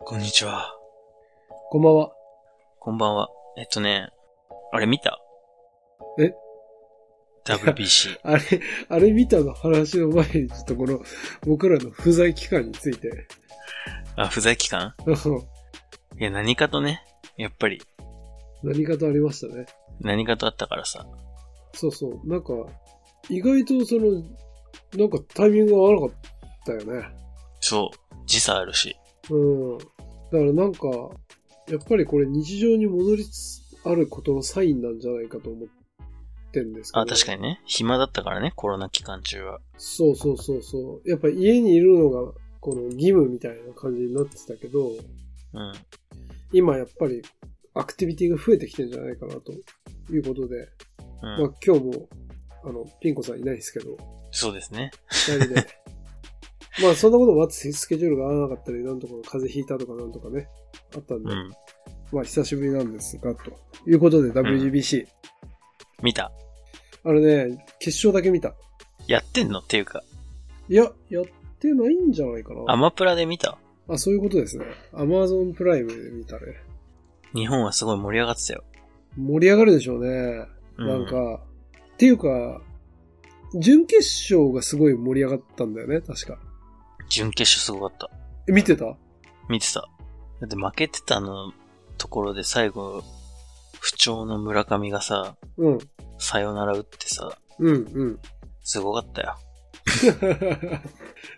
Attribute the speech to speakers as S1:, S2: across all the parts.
S1: こんにちは。
S2: こんばんは。
S1: こんばんは。えっとね、あれ見た
S2: え
S1: ?WBC。
S2: あれ、あれ見たの話の前に、ちょっとこの、僕らの不在期間について。
S1: あ、不在期間
S2: あの
S1: いや、何かとね、やっぱり、
S2: 何かとありましたね。
S1: 何かとあったからさ。
S2: そうそう。なんか、意外とその、なんかタイミングが合わなかったよね。
S1: そう、時差あるし。
S2: うん。だからなんか、やっぱりこれ日常に戻りつつあることのサインなんじゃないかと思ってんですけど。
S1: あ、確か
S2: に。
S1: にね。暇だったからね、コロナ期間中は。
S2: そうそうそうそう。やっぱ家にいるのが、この義務みたいな感じになってたけど、
S1: うん。
S2: 今やっぱりアクティビティが増えてきてんじゃないかなということで、
S1: うん。
S2: まあ今日も、あの、ピンコさんいないですけど、
S1: そうですね。
S2: 二人で。 まあそんなこともあってスケジュールが合わなかったり、なんとか風邪ひいたとかなんとかね、あったんで、
S1: うん。
S2: まあ久しぶりなんですが、ということで WGBC。
S1: 見た。
S2: あれね、決勝だけ見た。
S1: やってんのっていうか、
S2: いや、やってないんじゃないかな。
S1: アマプラで見た。
S2: あ、そういうことですね。Amazon プライムで見たね。
S1: 日本はすごい盛り上がってたよ。
S2: 盛り上がるでしょうね。
S1: う
S2: なんか、っていうか、準決勝がすごい盛り上がったんだよね、確か。
S1: 準決勝すごかった。
S2: え、見てた
S1: 見てた。だって負けてたのところで最後、不調の村上がさ、
S2: うん。
S1: さよなら打ってさ、
S2: うん、うん。
S1: すごかったよ。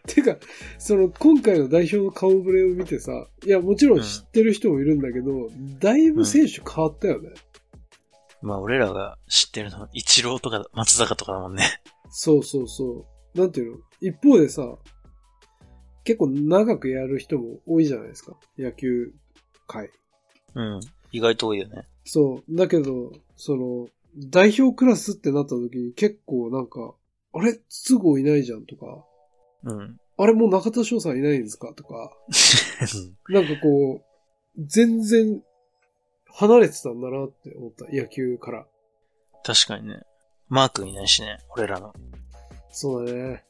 S2: てか、その、今回の代表の顔ぶれを見てさ、いや、もちろん知ってる人もいるんだけど、だいぶ選手変わったよね。
S1: まあ俺らが知ってるのは、イチローとか松坂とかだもんね。
S2: そうそうそう。なんていうの一方でさ、結構長くやる人も多いじゃないですか。野球界。
S1: うん。意外と多いよね。
S2: そう。だけど、その、代表クラスってなった時に結構なんか、あれ筒香いないじゃんとか、
S1: うん。
S2: あれもう中田翔さんいないんですかとか、なんかこう、全然離れてたんだなって思った。野球から。
S1: 確かにね。マー君いないしね、俺らの。
S2: そうだね。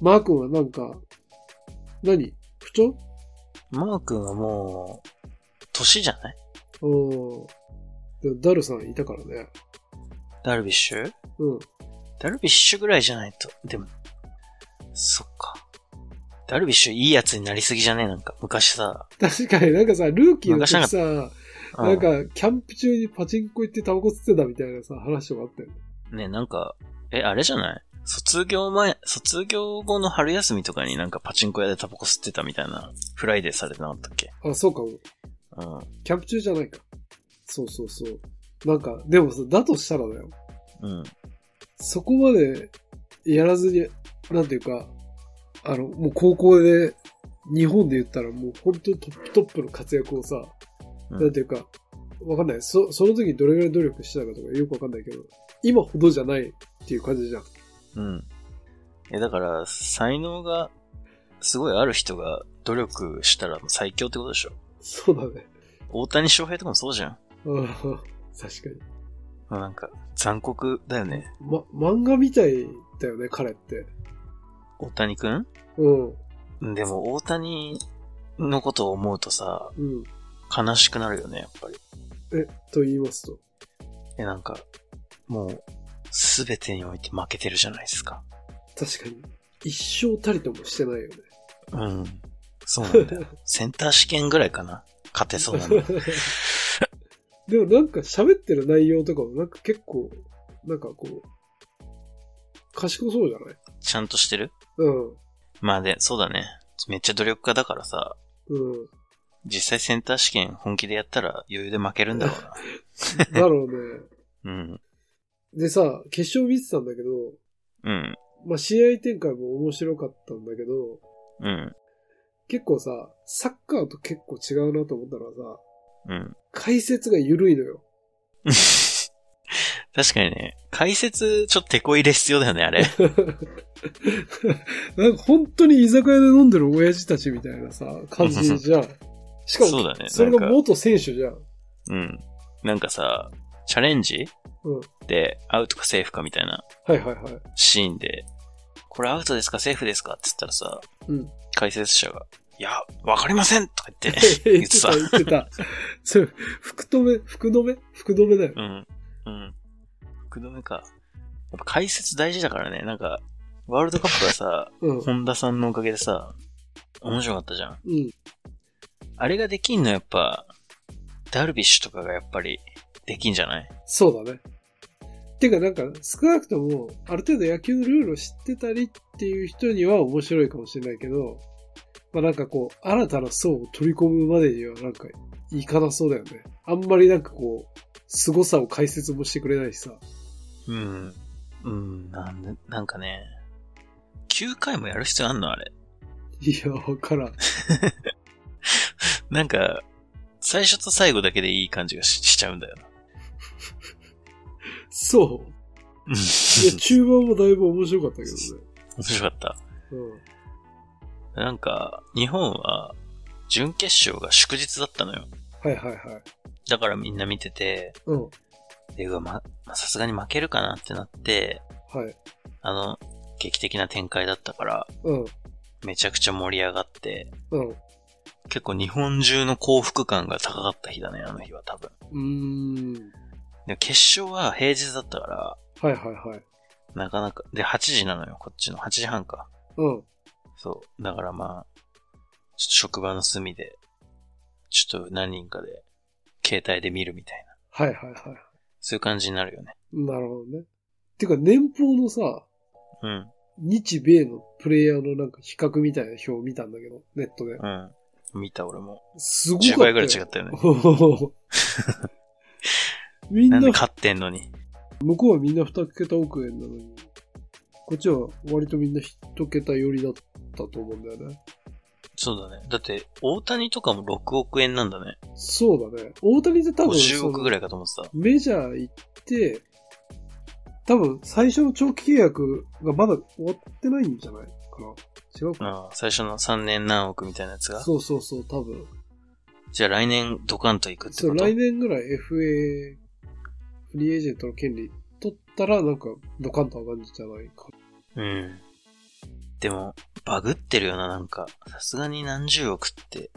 S2: マー君はなんか、何不調
S1: マー君はもう、年じゃない
S2: うん。でもダルさんいたからね。
S1: ダルビッシュ
S2: うん。
S1: ダルビッシュぐらいじゃないと。でも、そっか。ダルビッシュいいやつになりすぎじゃねえなんか、昔さ。
S2: 確かになんかさ、ルーキーの時
S1: なんか
S2: さ、
S1: う
S2: なんか、キャンプ中にパチンコ行ってタバコ吸ってたみたいなさ、話とかあったよね。
S1: ね、なんか、え、あれじゃない卒業前、卒業後の春休みとかになんかパチンコ屋でタバコ吸ってたみたいな、フライデーされてなかったっけ
S2: あ、そうかも。
S1: うん。
S2: キャンプ中じゃないか。そうそうそう。なんか、でもさ、だとしたらだよ。
S1: うん。
S2: そこまでやらずに、なんていうか、あの、もう高校で、日本で言ったらもう本当にトップトップの活躍をさ、
S1: うん
S2: なんていうか、わかんない。そ、その時どれぐらい努力してたかとかよくわかんないけど、今ほどじゃないっていう感じじゃん。
S1: うん。え、だから、才能が、すごいある人が努力したら最強ってことでしょ
S2: そうだね。
S1: 大谷翔平とかもそうじゃん。
S2: うん、確かに。
S1: もうなんか、残酷だよね。
S2: ま、漫画みたいだよね、彼って。
S1: 大谷くん
S2: うん、
S1: でも、大谷のことを思うとさ、
S2: うん。
S1: 悲しくなるよね、やっぱり。
S2: え、と言いますと。
S1: え、なんか、もう、すべてにおいて負けてるじゃないですか。
S2: 確かに。一生たりともしてないよね。
S1: うん。そうなんだよ。 センター試験ぐらいかな。勝てそうな の。
S2: でもなんか喋ってる内容とかもなんか結構、なんかこう、賢そうじゃない
S1: ちゃんとしてる
S2: うん。
S1: まあで、そうだね。めっちゃ努力家だからさ、
S2: うん。
S1: 実際センター試験本気でやったら余裕で負けるんだろ
S2: だろうね。
S1: うな。うん。
S2: でさ、決勝見てたんだけど、
S1: うん。
S2: まあ、試合展開も面白かったんだけど、
S1: うん。
S2: 結構さ、サッカーと結構違うなと思ったのはさ、
S1: うん。
S2: 解説が緩いのよ。
S1: 確かにね、解説ちょっと手こ入れ必要だよね、あれ。
S2: なんか本当に居酒屋で飲んでる親父たちみたいなさ、感じ じゃん。しかも、
S1: そうだね
S2: それ
S1: な
S2: が
S1: んか
S2: 元選手じゃん。
S1: うん。なんかさ、チャレンジ
S2: うん。
S1: で、アウトかセーフかみたいな
S2: はいはいはい。
S1: シーンで、これアウトですかセーフですかって言ったらさ、
S2: うん。、
S1: 解説者が、いや、わかりませんとか言って
S2: 言
S1: 言っ
S2: っ
S1: て
S2: て
S1: た
S2: た、。言ってた。それ、 福留、福留福留だよ。
S1: うん。うん。福留か。やっぱ解説大事だからね。なんか、ワールドカップはさ、
S2: うん。
S1: 本田さんのおかげでさ、面白かったじゃん。
S2: うん。
S1: あれができんのやっぱ、ダルビッシュとかがやっぱり、できんじゃない
S2: そうだね。てかなんか、少なくとも、ある程度野球のルールを知ってたりっていう人には面白いかもしれないけど、まあなんかこう、新たな層を取り込むまでにはなんか、いかなそうだよね。あんまりなんかこう、凄さを解説もしてくれないしさ。
S1: うん。うん、なんで、なんかね、9回もやる必要あんのあれ。
S2: いや、わからん。
S1: なんか、最初と最後だけでいい感じがししちゃうんだよな。
S2: そ
S1: うん。
S2: う。
S1: 面
S2: いや、中盤もだいぶ面白かったけどね。
S1: 白かった。
S2: うん。
S1: なんか、日本は、準決勝が祝日だったのよ。
S2: はいはいはい。
S1: だからみんな見てて、
S2: うん。
S1: で、うわ、ま、まさすがに負けるかなってなって、
S2: はい。
S1: あの、劇的な展開だったから、
S2: うん。
S1: めちゃくちゃ盛り上がって、
S2: うん。う
S1: 結構日本中の幸福感が高かった日だね、あの日は多分。
S2: ーん。
S1: で、決勝は平日だったから、
S2: はいはいはい。
S1: なかなか、で、8時なのよ、こっちの。8時半か。
S2: うん。
S1: そう。だからまあ、ちょっと職場の隅で、ちょっと何人かで、携帯で見るみたいな。
S2: はいはいはい。
S1: そういう感じになるよね。
S2: なるほどね。てか、年俸のさ、
S1: うん。
S2: 日米のプレイヤーのなんか比較みたいな表を見たんだけど、ネットで。
S1: うん。見た俺も。
S2: すごかったよ。
S1: 10倍ぐらい違ったよね。
S2: た。 みん
S1: な
S2: な、
S1: んで
S2: 向
S1: 勝ってんのに。
S2: こうはみんな2桁億円なのに、こっちは割とみんな1桁寄りだったと思うんだよね。
S1: そうだね。だって、大谷とかも6億円なんだね。
S2: そうだね。大谷って多分、
S1: 50億ぐら
S2: らい
S1: いかと思ってた。
S2: メジャー行って、多分最初の長期契約がまだ終わってないんじゃないかな。違うか
S1: うん。最初の3年何億みたいなやつが。
S2: そうそうそう、多分。
S1: じゃあ来年ドカンと行くって
S2: そう、
S1: こと
S2: 来年ぐらい FA、フリーエージェントの権利取ったら、なんか、ドカンと上がるんじゃないか。
S1: うん。でも、バグってるよな、なんか。さすがに何十億って、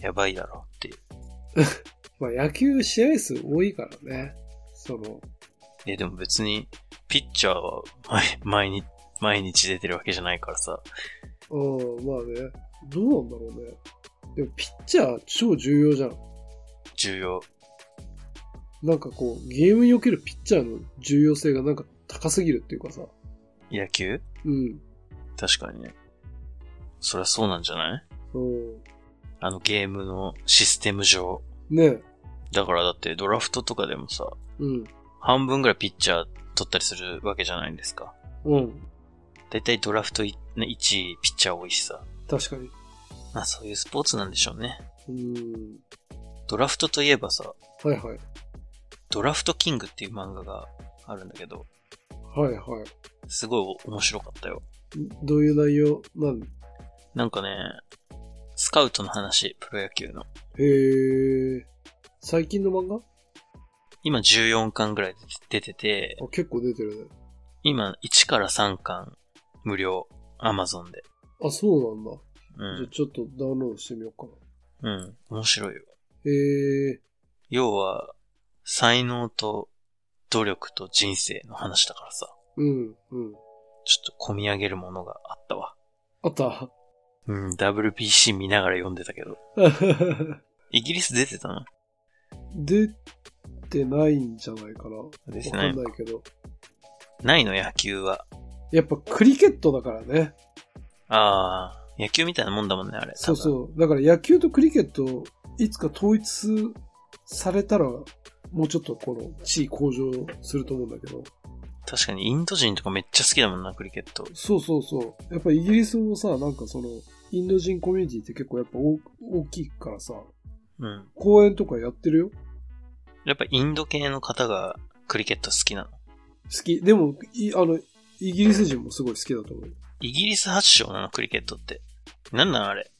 S1: やばいだろうっていう。
S2: まあ、野球試合数多いからね。その、
S1: え、でも別に、ピッチャーは毎、毎日、毎日出てるわけじゃないからさ。
S2: うん、まあね。どうなんだろうね。でも、ピッチャー超重要じゃん。
S1: 重要。
S2: なんかこう、ゲームにおけるピッチャーの重要性がなんか高すぎるっていうかさ。
S1: 野球
S2: うん。
S1: 確かにね。そりゃそうなんじゃない
S2: うん。
S1: あのゲームのシステム上。
S2: ねえ。
S1: だからだってドラフトとかでもさ、
S2: うん。
S1: 半分ぐらいピッチャー取ったりするわけじゃないですか。
S2: うん。
S1: だいたいドラフトいね1位ピッチャー多いしさ。
S2: 確かに。
S1: まあそういうスポーツなんでしょうね。
S2: うん。
S1: ドラフトといえばさ、
S2: はいはい。
S1: ドラフトキングっていう漫画があるんだけど、
S2: はいは
S1: すごい面白かったよ。
S2: い。どういう内容なん
S1: なんかね、スカウトの話、プロ野球の。
S2: へえ。最近の漫画
S1: 今14巻ぐらい出てて、
S2: あ、結構出てるね。
S1: 今1から3巻無料、アマゾンで。
S2: あ、そうなんだ。
S1: う
S2: じゃあ
S1: ん。
S2: ちょっとダウンロードしてみようか
S1: うん。面白いよ。
S2: な。へえ。
S1: 要は、才能と努力と人生の話だからさ、
S2: うん、うん。
S1: ちょっと込み上げるものがあったわ。
S2: あった。
S1: うん、WBC 見ながら読んでたけど。イギリス出てたの
S2: 出てないんじゃないかな。わ
S1: 出てな
S2: か
S1: い
S2: ん
S1: の
S2: ないけど。
S1: ないの野球は。
S2: やっぱクリケットだからね。
S1: ああ、野球みたいなもんだもんね、あれ。
S2: そう
S1: う。
S2: そう。だから野球とクリケット、いつか統一されたら、もうちょっとこの地位向上すると思うんだけど。
S1: 確かにインド人とかめっちゃ好きだもんな、クリケット。
S2: そうそうそう。やっぱイギリスもさ、なんかその、インド人コミュニティって結構やっぱ大大きいからさ、
S1: うん。
S2: 公演とかやってるよ。
S1: やっぱインド系の方がクリケット好きなの。
S2: 好き。でも、いあの、イギリス人もすごい好きだと思う。
S1: イギリス発祥なの、クリケットって。なんなんあれ。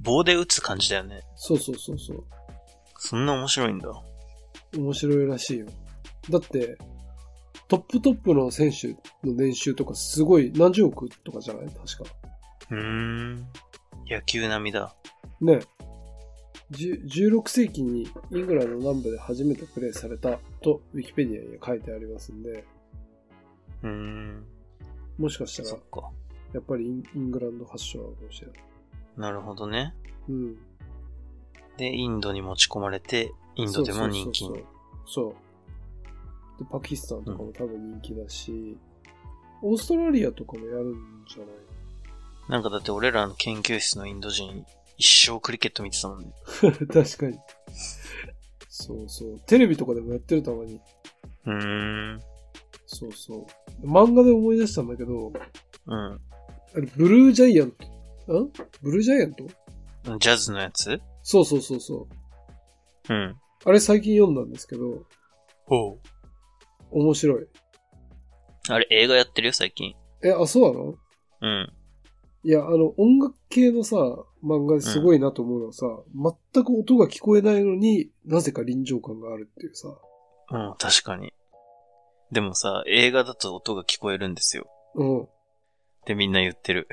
S1: 棒で打つ感じだよね。
S2: そうそうそうそう。
S1: そんな面白いんだ。
S2: 面白いらしいよ。だって、トップトップの選手の年収とかすごい何十億とかじゃない確か。
S1: うーん。い野球並みだ。
S2: ね。じゅ16世紀にイングランド南部で初めてプレーされたとウィキペディアに書いてありますんで、
S1: うーん。
S2: もしかしたら
S1: そっか。
S2: やっぱりインイングランド発祥なのかもしれない。
S1: なるほどね。
S2: うん。
S1: で、インドに持ち込まれて、インドでも人気
S2: そう
S1: に。
S2: そうそうそうで、パキスタンとかも多分人気だし、オーストラリアとかもやるんじゃない
S1: なんかだって俺らの研究室のインド人、一生クリケット見てたもんね。
S2: 確かに。そうそう。テレビとかでもやってるたまに。
S1: うーん。
S2: そうそう。漫画で思い出したんだけど、
S1: うん。
S2: あれブルージャイアント。んブルージャイアント
S1: ジャズのやつ
S2: そうそうそうそう。
S1: うん。
S2: あれ最近読んだんですけど、
S1: ほう。
S2: 面白い。
S1: あれ、映画やってるよ、最近。
S2: え、あ、そうなの
S1: うん。
S2: いや、あの、音楽系のさ、漫画ですごいなと思うのはさ、全く音が聞こえないのになぜか臨場感があるっていうさ。
S1: うん、確かに。でもさ、映画だと音が聞こえるんですよ。
S2: うん。
S1: ってみんな言ってる。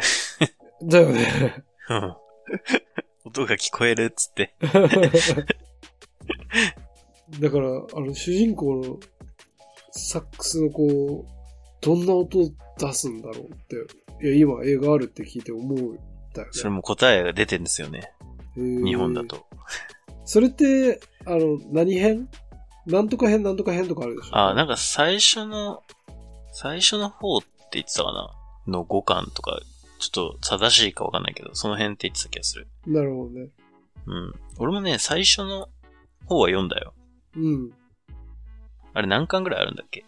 S2: だよね。
S1: うん。 音が聞こえるっつって。
S2: だから、あの、主人公のサックスのこう、どんな音を出すんだろうって、いや、今映画あるって聞いて思うんだよね。
S1: それも答えが出てんですよね。
S2: へー
S1: 日本だ。と。
S2: それって、あの、何編なんとか編、なんとか編とかあるでしょ
S1: あ、なんか最初の、最初の方って言ってたかなの5巻とか、ちょっと正しいかわかんないけど、その辺って言ってた気がする。
S2: なるほどね。
S1: うん。俺もね、最初の方は読んだよ。
S2: うん。
S1: あれ何巻ぐらいあるんだっけ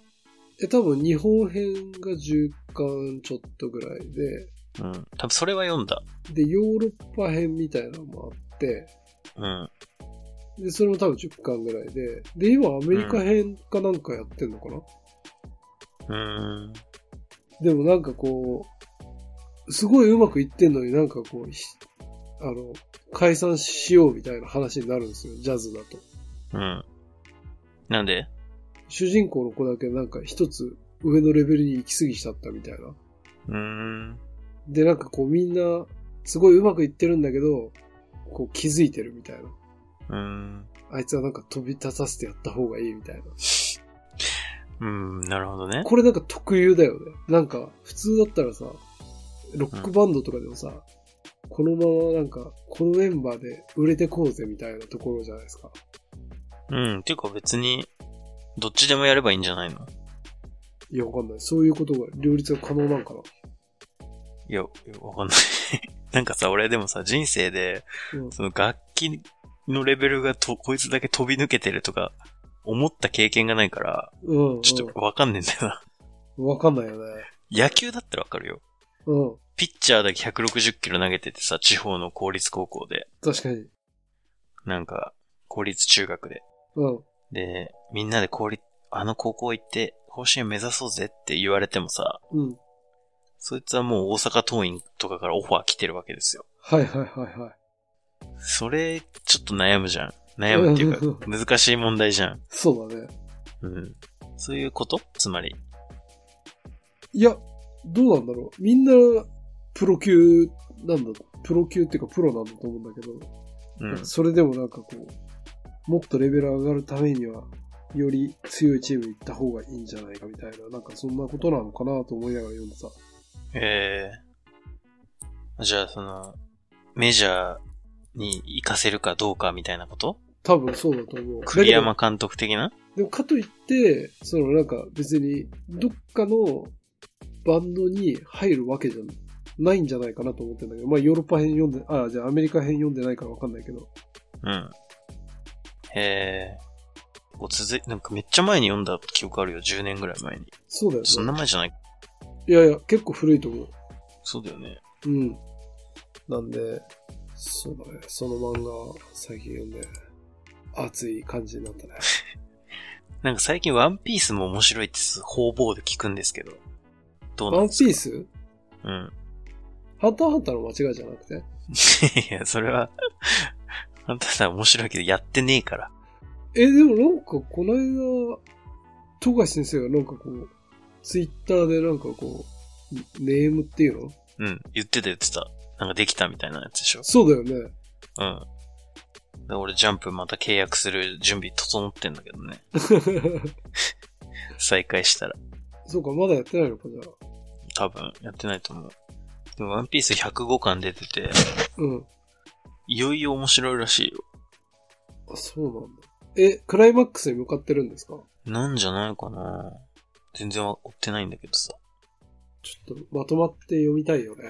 S2: え、多分日本編が10巻ちょっとぐらいで、
S1: うん。多分それは読んだ。
S2: で、ヨーロッパ編みたいなのもあって、
S1: うん。
S2: で、それも多分10巻ぐらいで、で、今アメリカ編かなんかやってんのかな、
S1: うーん。
S2: でもなんかこう、すごいうまくいってんのになんかこう、ひあの、解散しようみたいな話になるんですよ、ジャズだと。
S1: うん。なんで
S2: 主人公の子だけなんか一つ上のレベルに行き過ぎちゃったみたいな。
S1: うーん。
S2: で、なんかこうみんな、すごいうまくいってるんだけど、こう気づいてるみたいな。
S1: うーん。
S2: あいつはなんか飛び立たせてやった方がいいみたいな。
S1: うん、なるほどね。
S2: これなんか特有だよね。なんか、普通だったらさ、ロックバンドとかでもさ、このままなんか、このメンバーで売れてこうぜみたいなところじゃないですか。
S1: うん。っていうか別に、どっちでもやればいいんじゃないの
S2: いや、わかんない。そういうことが、両立が可能なんかな。
S1: いや、いやわかんない。 なんかさ、俺でもさ、人生で、
S2: うん
S1: その楽器のレベルがと、こいつだけ飛び抜けてるとか、思った経験がないから、
S2: うん、うん。
S1: ちょっとわかんねえんだよな。
S2: わかんないよね。
S1: 野球だったらわかるよ。
S2: うん。
S1: ピッチャーだけ160キロ投げててさ、地方の公立高校で、
S2: 確かに。
S1: なんか、公立中学で。
S2: うん。
S1: で、みんなで公立、あの高校行って、甲子園目指そうぜって言われてもさ、
S2: うん。
S1: そいつはもう大阪桐蔭とかからオファー来てるわけですよ。
S2: はいはいはいはい。
S1: それ、ちょっと悩むじゃん。悩むっていう
S2: うん
S1: か、難しい問題じゃん。
S2: そうだね。
S1: うん。そういうことつまり。
S2: いや、どうなんだろう。みんな、プロ級なんだ、プロ級っていうかプロなんだと思うんだけど、
S1: うん。
S2: それでもなんかこう、もっとレベル上がるためには、より強いチームに行った方がいいんじゃないかみたいな、なんかそんなことなのかなと思いながら読んでた。
S1: えー。じゃあ、その、メジャーに行かせるかどうかみたいなこと
S2: 多分そうだと思う。
S1: 栗
S2: だ
S1: 山監督的な
S2: けどでもかといって、そのなんか別に、どっかのバンドに入るわけじゃないんじゃないかなと思ってんだけど、まあヨーロッパ編読んで、あ、じゃあアメリカ編読んでないからわかんないけど、
S1: うん。えー。こう続い、なんかめっちゃ前に読んだ記憶あるよ。10年ぐらい前に。
S2: そうだよね。
S1: そんな前じゃない
S2: いやいや、結構古いと思う。
S1: そうだよね。
S2: うん。なんで、そうだね。その漫画、最近読んで、熱い感じになったね。
S1: なんか最近ワンピースも面白いってす方々で聞くんですけど。どうな
S2: ワ
S1: ん
S2: ン
S1: です
S2: ピ
S1: か
S2: ース
S1: うん。
S2: ハンターハンターの間違いじゃなくて
S1: いや、それは、あんたさ、面白いけど、やってねえから。
S2: え、でもなんか、この間、富樫先生がなんかこう、ツイッターでなんかこう、ネームっていうの
S1: うん、言ってた言ってた。なんかできたみたいなやつでしょ
S2: そうだよ ね。
S1: うん。で、俺ジャンプまた契約する準備整ってんだけどね。再開したら。
S2: そうか、まだやってないのか、じゃあ。
S1: 多分、やってないと思う。でも、ワンピース105巻出てて、
S2: うん。
S1: いよいよ面白いらしいよ。
S2: あ、そうなんだ。え、クライマックスに向かってるんですか
S1: なんじゃないかな全然追ってないんだけどさ。
S2: ちょっとまとまって読みたいよね。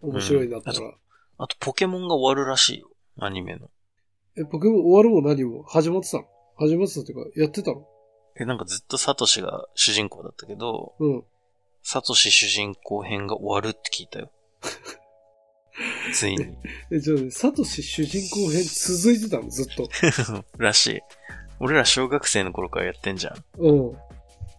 S2: 面白いなったら。
S1: あと、ポケモンが終わるらしいよ。アニメの。
S2: え、ポケモン終わるも何も始まってたの始まってたっていうか、やってたの
S1: え、なんかずっとサトシが主人公だったけど、
S2: うん。
S1: サトシ主人公編が終わるって聞いた よ。ついに。
S2: え、じゃあね、サトシ主人公編続いてたのずっと。
S1: らしい。俺ら小学生の頃からやってんじゃん。
S2: うん。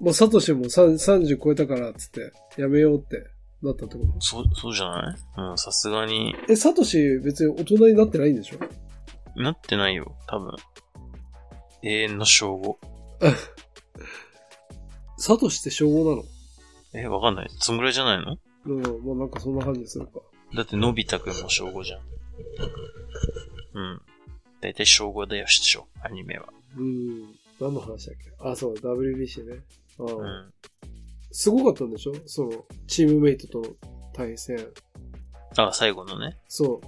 S2: まあ、サトシもさ30超えたから、つって、やめようってなったってこ
S1: そ、そうじゃないうん、さすがに、
S2: とえ、サトシ別に大人になってないんでしょ
S1: なってないよ、多分。永遠の称号。
S2: サトシって称号なの
S1: え、わかんない。そんぐらいじゃないの
S2: うん、まあ、なんかそんな感じするか。
S1: だって、のび太くんも称号じゃん。うん。だいたい称号だよ、市長。アニメは。
S2: うん。何の話だっけあ、そう、WBC ね。うん。
S1: うん。
S2: すごかったんでしょその、チームメイトとの対戦。
S1: あ、最後のね。
S2: そ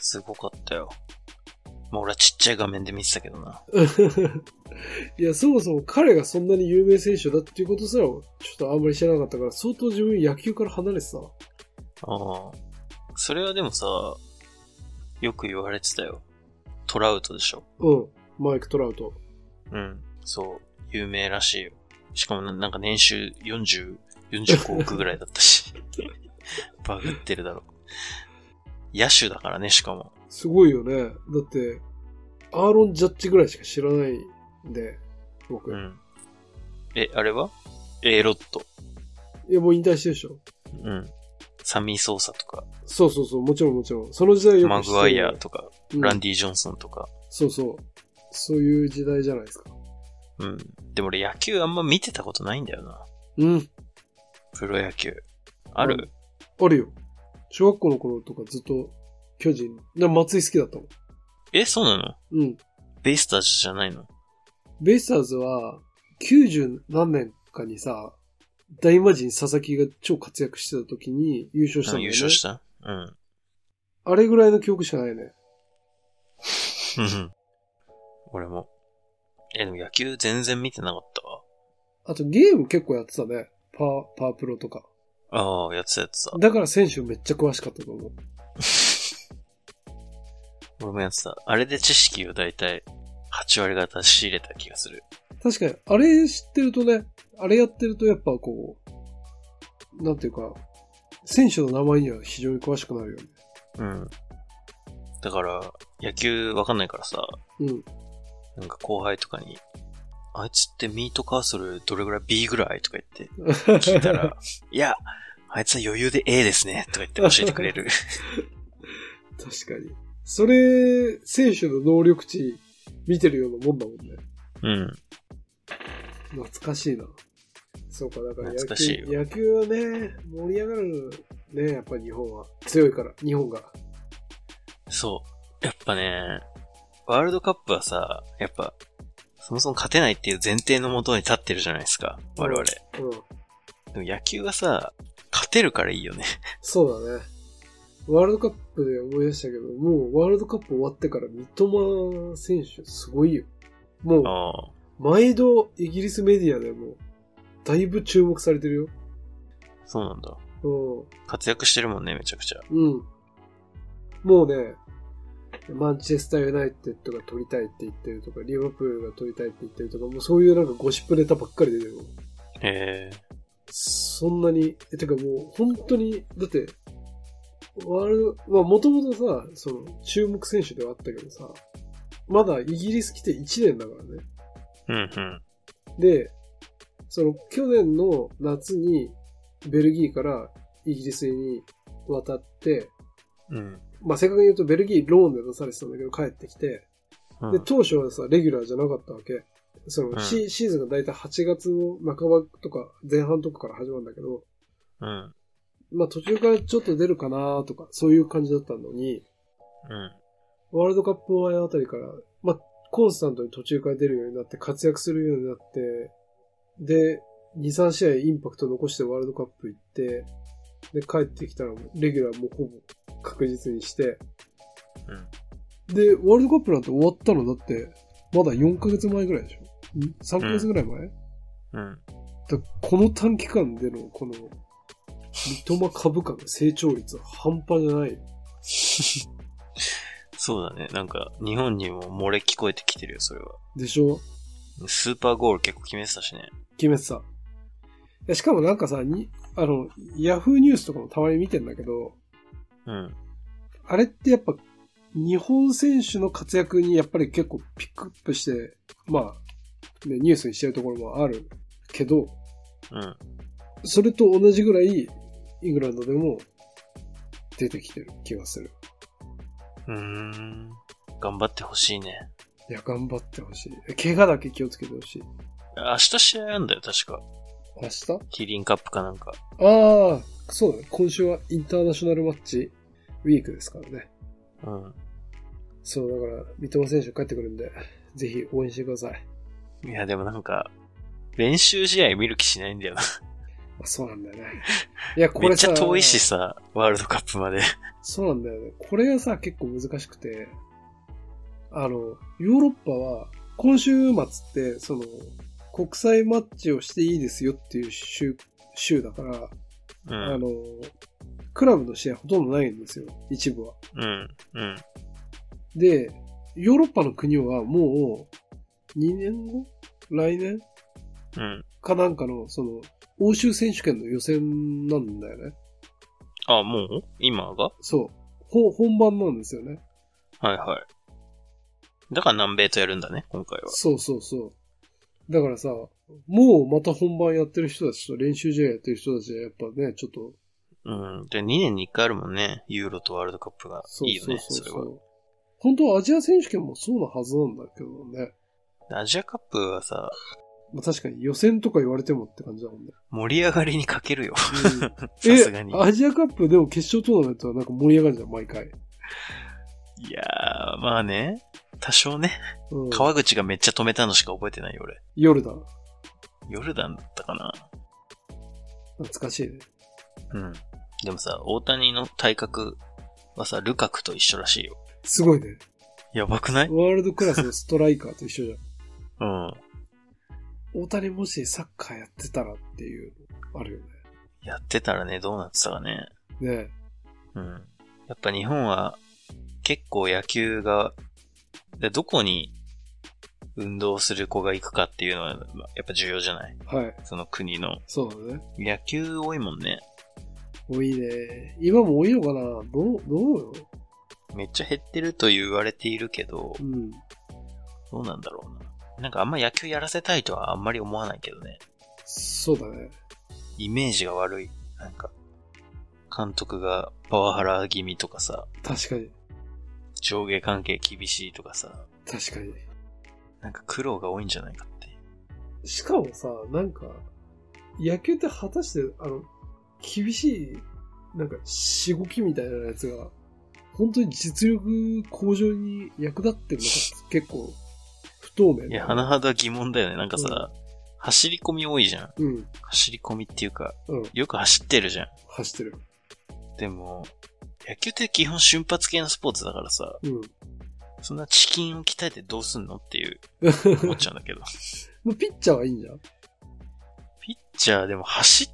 S1: すごかったよ。まあ、俺はちっちゃい画面で見てたけどな。
S2: う。いや、そもそも彼がそんなに有名選手だっていうことすら、ちょっとあんまり知らなかったから、相当自分野球から離れてたわ。
S1: ああ。それはでもさ、よく言われてたよ。トラウトでしょ。
S2: うん。マイク・トラウト。
S1: うん。そう。有名らしいよ。しかもななんか年収40、45億ぐらいだったし。 バグってるだろ。野手だからね、しかも。
S2: すごいよね。だって、アーロン・ジャッジぐらいしか知らないんで、僕。
S1: うん。え、あれは ?A ロット。
S2: いや、もう引退してるでしょ。
S1: うん。サミー・ソーサとか、
S2: そうそうそう、もちろんもちろん。その時代よ
S1: マ
S2: く知ってる
S1: グワイアとか、
S2: うん
S1: ランディ・ジョンソンとか。
S2: そうそう。そういう時代じゃないですか。
S1: うん。でも俺野球あんま見てたことないんだよな。
S2: うん。
S1: プロ野球。ある、
S2: あるよ。小学校の頃とかずっと巨人、でも松井好きだったもん。
S1: え、そうなの
S2: うん。
S1: ベイスターズじゃないの
S2: ベイスターズは90何年かにさ、大魔神佐々木が超活躍してた時に優勝したん
S1: うん
S2: だよね。
S1: 優勝したうん。
S2: あれぐらいの記憶しかないね。
S1: うん 俺も。え、でも野球全然見てなかったわ。
S2: あとゲーム結構やってたね。パー、パープロとか。
S1: ああ、やつやつだ。
S2: だから選手めっちゃ詳しかったと思う。
S1: 俺もやってた。あれで知識をだいたい8割方仕入れた気がする。
S2: 確かに、あれ知ってるとね、あれやってるとやっぱこう、なんていうか、選手の名前には非常に詳しくなるよね。
S1: うん。だから、野球わかんないからさ、
S2: うん。
S1: なんか後輩とかに、あいつってミートカーソルどれぐらい B ぐらいとか言って聞いた ら、いや、あいつは余裕で A ですねとか言って教えてくれる。
S2: 確かに。それ、選手の能力値見てるようなもんだもんね。
S1: うん。
S2: 懐かしいな。そうか、だから野球
S1: 懐かしいよ
S2: 野球はね、盛り上がるね、やっぱ日本は。強いから、日本が。
S1: そう。やっぱね、ワールドカップはさ、やっぱ、そもそも勝てないっていう前提のもとに立ってるじゃないですか。我々。
S2: うん。
S1: でも野球はさ、勝てるからいいよね。
S2: そうだね。ワールドカップで思い出したけど、もうワールドカップ終わってから三笘選手すごいよ。もう、
S1: ああ。
S2: 毎度イギリスメディアでも、だいぶ注目されてる
S1: そうなんだ。
S2: よ。
S1: 活躍してるもんね、めちゃくちゃ。
S2: うん。うん。もうね、マンチェスターユナイテッドが取りたいって言ってるとか、リバプールが取りたいって言ってるとか、もうそういうなんかゴシップネタばっかり出てるもん
S1: へえ。
S2: そんなに、え、てかもう本当に、だって、ワールド、まあもともとさ、その、注目選手ではあったけどさ、まだイギリス来て1年だからね。
S1: うんうん。
S2: で、その去年の夏にベルギーからイギリスに渡って、
S1: うん。
S2: まあ正確に言うとベルギーローンで出されてたんだけど帰ってきて、
S1: うん
S2: で、当初はさ、レギュラーじゃなかったわけ。その、
S1: うん
S2: シシーズンがだいたい8月の半ばとか前半とかから始まるんだけど、
S1: うん。
S2: まあ途中からちょっと出るかなとか、そういう感じだったのに、
S1: うん。
S2: ワールドカップ前あたりから、まあ、コンスタントに途中から出るようになって、活躍するようになって、で、2、3試合インパクト残してワールドカップ行って、で、帰ってきたらもう、レギュラーもほぼ確実にして、
S1: うん。
S2: で、ワールドカップなんて終わったのだって、まだ4ヶ月前ぐらいでしょん ?3 ヶ月ぐらい前、
S1: うん。
S2: だこの短期間での、この、三笘株価の成長率は半端じゃない。
S1: そうだね。なんか、日本にも漏れ聞こえてきてるよ、それは。
S2: でしょ
S1: スーパーゴール結構決めてたしね。
S2: 決めてた。いやしかもなんかさ、に、あの、ヤフーニュースとかもたまに見てんだけど、
S1: うん。
S2: あれってやっぱ、日本選手の活躍にやっぱり結構ピックアップして、まあ、ね、ニュースにしてるところもあるけど、
S1: うん。
S2: それと同じぐらい、イングランドでも出てきてる気がする。
S1: うーん。頑張ってほしいね。
S2: いや、頑張ってほしい。怪我だけ気をつけてほしい。
S1: 明日試合あんだよ、確か。
S2: 明日あ
S1: キリンカップかなんか。
S2: あ、そうだね。今週はインターナショナルマッチウィークですからね。
S1: うん。
S2: そう、だから、三笘選手帰ってくるんで、ぜひ応援してください。
S1: いや、でもなんか、練習試合見る気しないんだよな。
S2: まあ、そうなんだよね。いや、こ
S1: めっ
S2: れ
S1: ち
S2: さ、
S1: ゃ遠いしさ、ワールドカップまで。
S2: そうなんだよね。これがさ、結構難しくて、あの、ヨーロッパは、今週末って、その、国際マッチをしていいですよっていう週、週だから、
S1: う
S2: あ
S1: ん。
S2: の、クラブの試合ほとんどないんですよ、一部は。
S1: うん。うん。
S2: で、ヨーロッパの国はもう、2年後来年
S1: うん。
S2: かなんかの、その、欧州選手権の予選なんだよね。
S1: あ、もう今が
S2: そう。ほ本番なんですよね。
S1: はいはい。だから南米とやるんだね、今回は。
S2: そうそうそう。だからさ、もうまた本番やってる人たちと練習試合やってる人たちはやっぱね、ちょっと、
S1: うん。で、2年に1回あるもんね。ユーロとワールドカップが。
S2: そう
S1: い
S2: い
S1: いよね、
S2: そ
S1: そ
S2: うそ
S1: れ
S2: う
S1: は。
S2: そう。本当はアジア選手権もそうなはずなんだけどね。
S1: アジアカップはさ、
S2: まあ確かに予選とか言われてもって感じだ もんね。
S1: 盛り上がりに欠けるよ。
S2: うん
S1: さすがに
S2: え、。アジアカップでも決勝トーナメントはなんか盛り上がるじゃん、毎回。
S1: いやー、まあね。多少ね。
S2: うん、
S1: 川口がめっちゃ止めたのしか覚えてないよ、俺。
S2: ヨルダン。
S1: ヨルダンだったかな。
S2: 懐かしいね。
S1: うん。でもさ、大谷の体格はさ、ルカクと一緒らしいよ。
S2: すごいね。
S1: やばくない
S2: ワールドクラスのストライカーと一緒じ
S1: う
S2: ゃ
S1: ん。
S2: ん。大谷もしサッカーやってたらっていう、あるよね。
S1: やってたらね、どうなってたかね。
S2: ねえ
S1: うん。やっぱ日本は結構野球が、でどこに運動する子が行くかっていうのはまあやっぱ重要じゃない
S2: はい。
S1: その国の。
S2: そうだね。
S1: 野球多いもんね。
S2: 多いね。今も多いのかなどう、どうよ
S1: めっちゃ減ってると言われているけど
S2: う、ん。
S1: どうなんだろうな。なんかあんま野球やらせたいとはあんまり思わないけどね。
S2: そうだね。
S1: イメージが悪い。なんか、監督がパワハラ気味とかさ、
S2: 確かに。
S1: 上下関係厳しいとかさ、
S2: 確かに。
S1: なんか苦労が多いんじゃないかって。
S2: しかもさ、なんか、野球って果たして、あの、厳しい、なんか、しごきみたいなやつが、本当に実力向上に役立ってるのかって結構、不透明だね。
S1: いや、甚だ疑問だよね。なんかさ、走り込み多いじゃん。
S2: うん、
S1: 走り込みっていうか、
S2: うん、
S1: よく走ってるじゃん。
S2: 走ってる。
S1: でも、野球って基本瞬発系のスポーツだからさ、
S2: うん。
S1: そんなチキンを鍛えてどうすんのっていう思っちゃうんだけ ど。
S2: まあピッチャーはいいんじゃん
S1: ピッチャーでも走、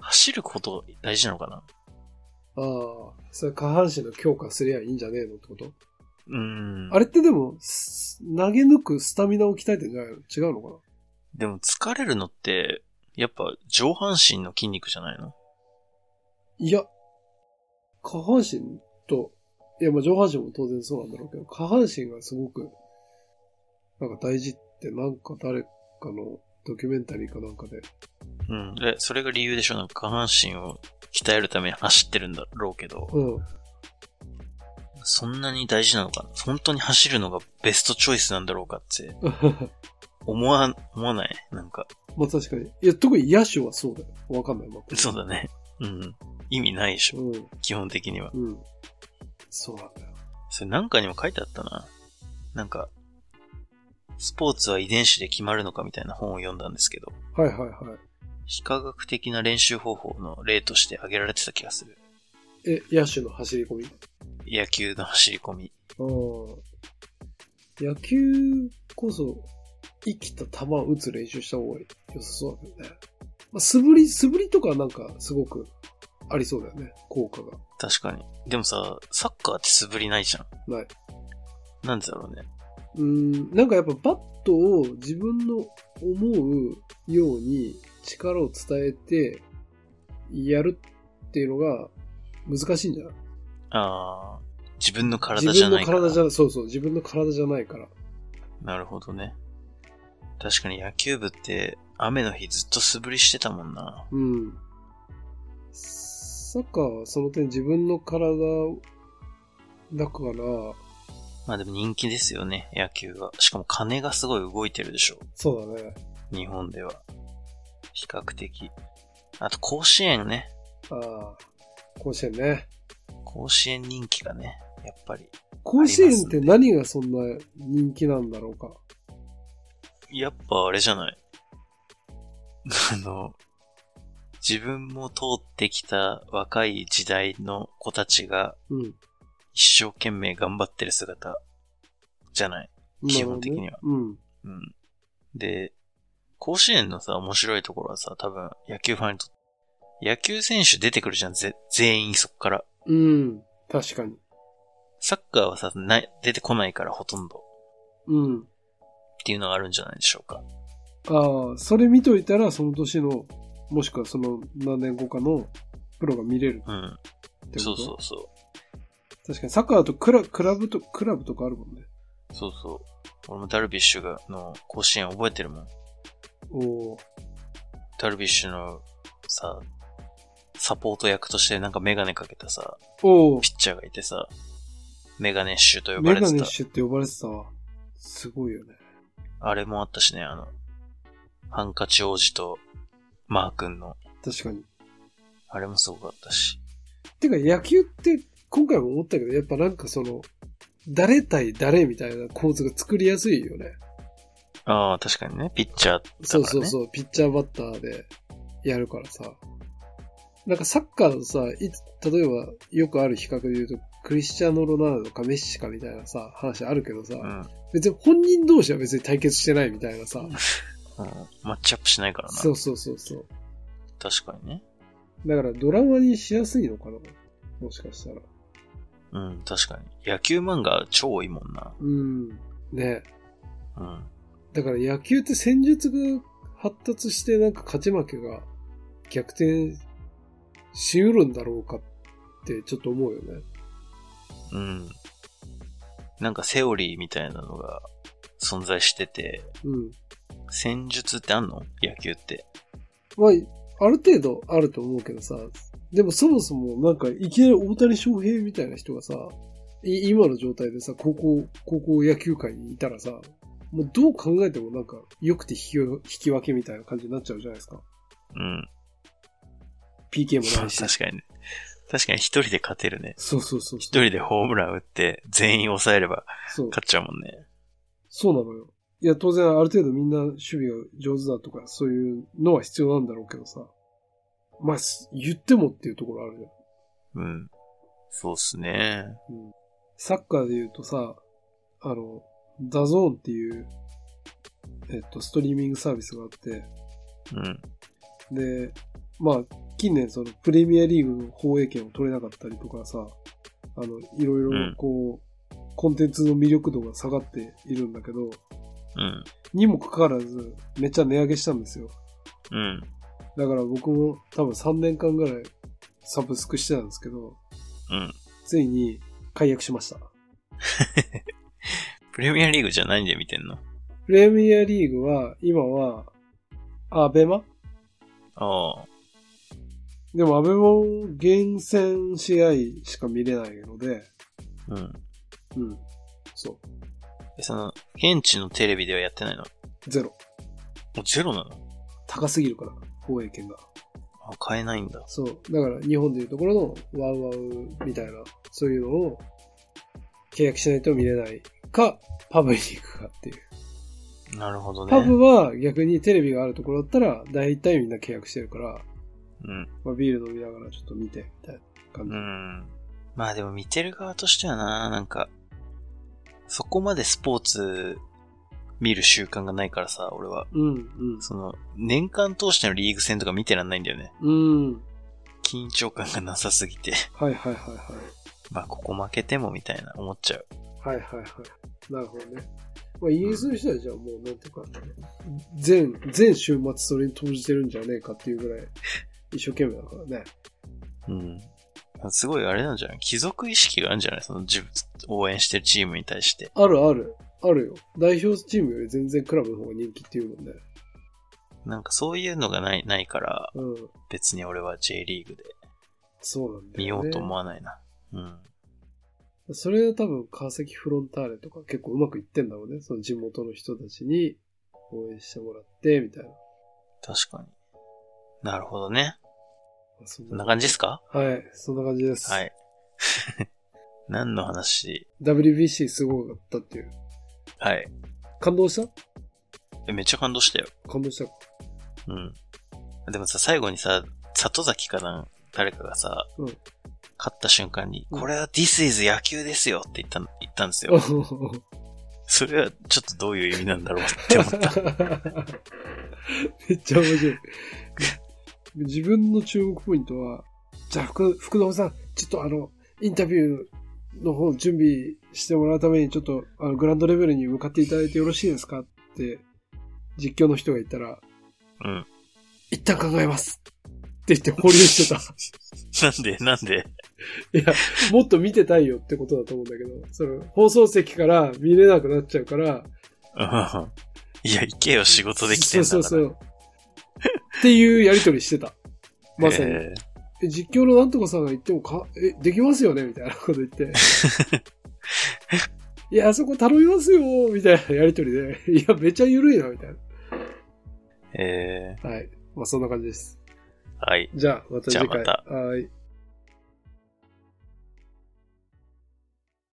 S1: 走ること大事なのかな
S2: ああ、それ下半身の強化すりゃいいんじゃねえのってこと
S1: うーん。
S2: あれってでも、す投げ抜くスタミナを鍛えてんじゃないの違うのかな
S1: でも疲れるのって、やっぱ上半身の筋肉じゃないの
S2: いや、下半身と、いや、まあ上半身も当然そうなんだろうけど、下半身がすごく、なんか大事って、なんか誰かのドキュメンタリーかなんかで、
S1: うん。で、それが理由でしょなんか下半身を鍛えるために走ってるんだろうけど。
S2: うん、
S1: そんなに大事なのかな本当に走るのがベストチョイスなんだろうかって思わ、思わないなんか。
S2: まあ確かに。いや、特に野手はそうだよ。わかんない、まあ
S1: そうだね。うん。意味ないでしょ。
S2: うん。
S1: 基本的には。
S2: うん。そうなんだよ。
S1: それなんかにも書いてあったな。なんか、スポーツは遺伝子で決まるのかみたいな本を読んだんですけど、
S2: はいはいは
S1: 非科学的な練習方法の例として挙げられてた気がする。
S2: い。え、野手の走り込み。
S1: 野球の走り込み。
S2: ああ。野球こそ、生きた球を打つ練習した方が良さそうだけどね。まあ、素振り、素振りとかなんかすごくありそうだよね。効果が。
S1: 確かに。でもさ、サッカーって素振りないじゃん。
S2: ない。
S1: なんでだろうね。
S2: うーん、なんかやっぱバットを自分の思うように力を伝えてやるっていうのが難しいんじゃない
S1: あー、自分の体
S2: 自
S1: じゃ
S2: 分の
S1: ないから。
S2: 体じゃ、そうそう、自分の体じゃないから。
S1: なるほどね。確かに野球部って雨の日ずっと素振りしてたもんな。
S2: うん。サッカーはその点自分の体だから、
S1: まあでも人気ですよね、野球は。しかも金がすごい動いてるでしょ。
S2: そうだね。
S1: 日本では。比較的。あと甲子園ね。
S2: ああ、甲子園ね。
S1: 甲子園人気がね、やっぱり。
S2: 甲子園って何がそんな人気なんだろうか。
S1: やっぱあれじゃない あの、自分も通ってきた若い時代の子たちが
S2: うん。
S1: 一生懸命頑張ってる姿じゃない基本的には
S2: なるほどね。うん。
S1: うん。で、甲子園のさ、面白いところはさ、多分、野球ファンにとって、野球選手出てくるじゃん、ぜ、全員そこから。
S2: うん。確かに。
S1: サッカーはさ、ない、出てこないからほとんど。っ
S2: うん。
S1: ていうのがあるんじゃないでしょうか。
S2: ああ、それ見といたら、その年の、もしくはその何年後かのプロが見れる
S1: うん。
S2: ってこと
S1: そうそうそう。
S2: 確かにサッカーだとクラクラブと、クラブとかあるもんね。
S1: そうそう。俺もダルビッシュが、の、甲子園覚えてるもん。
S2: おー
S1: ダルビッシュの、さ、サポート役としてなんかメガネかけたさ、
S2: おー
S1: ピッチャーがいてさ、メガネッシュと呼ばれ
S2: メ
S1: て
S2: ガ
S1: た。
S2: ネッシュって呼ばれてたわ。すごいよね。
S1: あれもあったしね、あの、ハンカチ王子とマー君の、
S2: 確かに。
S1: あれもすごかったし。
S2: てか野球って、今回も思ったけど、やっぱなんかその、誰対誰みたいな構図が作りやすいよね。
S1: ああ、確かにね、ピッチャーだから、ね。
S2: そうそうそう、ピッチャーバッターでやるからさ。なんかサッカーのさ、いつ例えばよくある比較で言うと、クリスチャーノ・ロナウドかメッシかみたいなさ、話あるけどさ、
S1: うん。うん。
S2: 別に本人同士は別に対決してないみたいなさ、
S1: マッチアップしないからな。
S2: そうそうそうそう。
S1: 確かにね。
S2: だからドラマにしやすいのかなもしかしたら。
S1: うん、確かに。野球漫画超多いもんな。
S2: うん。ね
S1: うん。
S2: だから野球って戦術が発達してなんか勝ち負けが逆転しうるんだろうかってちょっと思うよね。
S1: うん。なんかセオリーみたいなのが存在してて、
S2: うん。
S1: 戦術ってあんの野球って。
S2: まあ、ある程度あると思うけどさ、でもそもそもなんかいきなり大谷翔平みたいな人がさ、い今の状態でさ、高校、高校野球界にいたらさ、もうどう考えてもなんか良くて引き分引き分けみたいな感じになっちゃうじゃないですか。
S1: うん。
S2: PK もない
S1: 確
S2: し。
S1: かにね。確かに一人で勝てるね。
S2: そうそうそう。一
S1: 一人でホームラン打って全員抑えれば
S2: そう。
S1: 勝っちゃうもんね。
S2: そうなのよ。いや、当然ある程度みんな守備が上手だとか、そういうのは必要なんだろうけどさ。まあ、す言ってもっていうところあるじゃん。
S1: うん。そうっすね。
S2: サッカーで言うとさ、あの、ダゾーンっていう、えっと、ストリーミングサービスがあって、
S1: うん。
S2: で、まあ、近年そのプレミアリーグの放映権を取れなかったりとかさ、あの、いろいろこう、コンテンツの魅力度が下がっているんだけど、
S1: うん。
S2: にもかかわらず、めっちゃ値上げしたんですよ。
S1: うん。
S2: だから僕も多分3年間ぐらいサブスクしてたんですけど、
S1: うん。
S2: ついに解約しました。
S1: プレミアリーグじゃ何で見てんの
S2: プレミアリーグは、今は、アベマ
S1: ああ。
S2: でもアベマも厳選試合しか見れないので、
S1: うん。
S2: うん。そ
S1: え、その、現地のテレビではやってないのも
S2: う。ゼロ。
S1: うゼロなの
S2: 高すぎるから、放映権が。
S1: ああ、買えないんだ。
S2: そう。だから日本でいうところのワウワウみたいな、そういうのを契約しないと見れないか、パブに行くかっていう。
S1: なるほど
S2: パ
S1: ね。
S2: ブは逆にテレビがあるところだったら、大体みんな契約してるから、
S1: うん。
S2: まあ、ビール飲みながらちょっと見て、みたいな感じ。
S1: うん。まあでも見てる側としてはな、なんか、そこまでスポーツ見る習慣がないからさ、俺は。
S2: うん、
S1: その、年間通してのリーグ戦とか見てらんないんだよね。
S2: うん。うん。
S1: 緊張感がなさすぎて。
S2: はいはいはいはい。
S1: まあ、ここ負けてもみたいな思っちゃう。
S2: はいはいはい。なるほどね。まあ、イギリスの人はじゃあもうなんていうか、全、全週末それに投じてるんじゃねえかっていうぐらい、一生懸命だからね。
S1: うん。すごいあれなんじゃない貴族意識があるんじゃないその自分、応援してるチームに対して。
S2: あるある。あるよ。代表チームより全然クラブの方が人気っていうもんね。
S1: なんかそういうのがない、ないから、
S2: うん。
S1: 別に俺は J リーグで
S2: そうなんだよ、ね。
S1: 見ようと思わないな。うん。
S2: それは多分川崎フロンターレとか結構うまくいってんだろうね。その地元の人たちに応援してもらって、みたいな。ま
S1: 確かに。なるほどね。
S2: あそん
S1: そんな感じですか
S2: はい。そんな感じです。
S1: はい。 何の話
S2: WBC すごかったっていう。
S1: はい。
S2: 感動した
S1: えめっちゃ感動したよ。
S2: 感動したか。
S1: うん。でもさ、最後にさ、里崎かな誰かがさ、
S2: うん
S1: 勝った瞬間に、
S2: うん
S1: これは This is 野球ですよって言ったん、言ったんですよ。
S2: め
S1: それはちょっとどういう意味なんだろうって 思った。
S2: っちゃ面白い。自分の注目ポイントは、じゃあ福、福野さん、ちょっとあの、インタビューの方準備してもらうために、ちょっと、あの、グラウンドレベルに向かっていただいてよろしいですかって、実況の人が言ったら、
S1: うん。
S2: 一旦考えますって言って保留してた。
S1: なんで、なんで。
S2: いや、もっと見てたいよってことだと思うんだけど、その、放送席から見れなくなっちゃうから、
S1: うんいや、行けよ、仕事できてんだから。
S2: そうそうそう。っていうやりとりし てた。まさに。
S1: え
S2: え実況のなんとかさんが言ってもか、え、できますよねみたいなこと 言って。いや、あそこ頼みますよみたいなやりとりで。いや、めちゃ緩いなみたい
S1: ーえ
S2: な。はい。まあ、そんな感じです。
S1: ーはい。
S2: じゃあ、また
S1: じゃあ
S2: 次回。
S1: ま
S2: はい。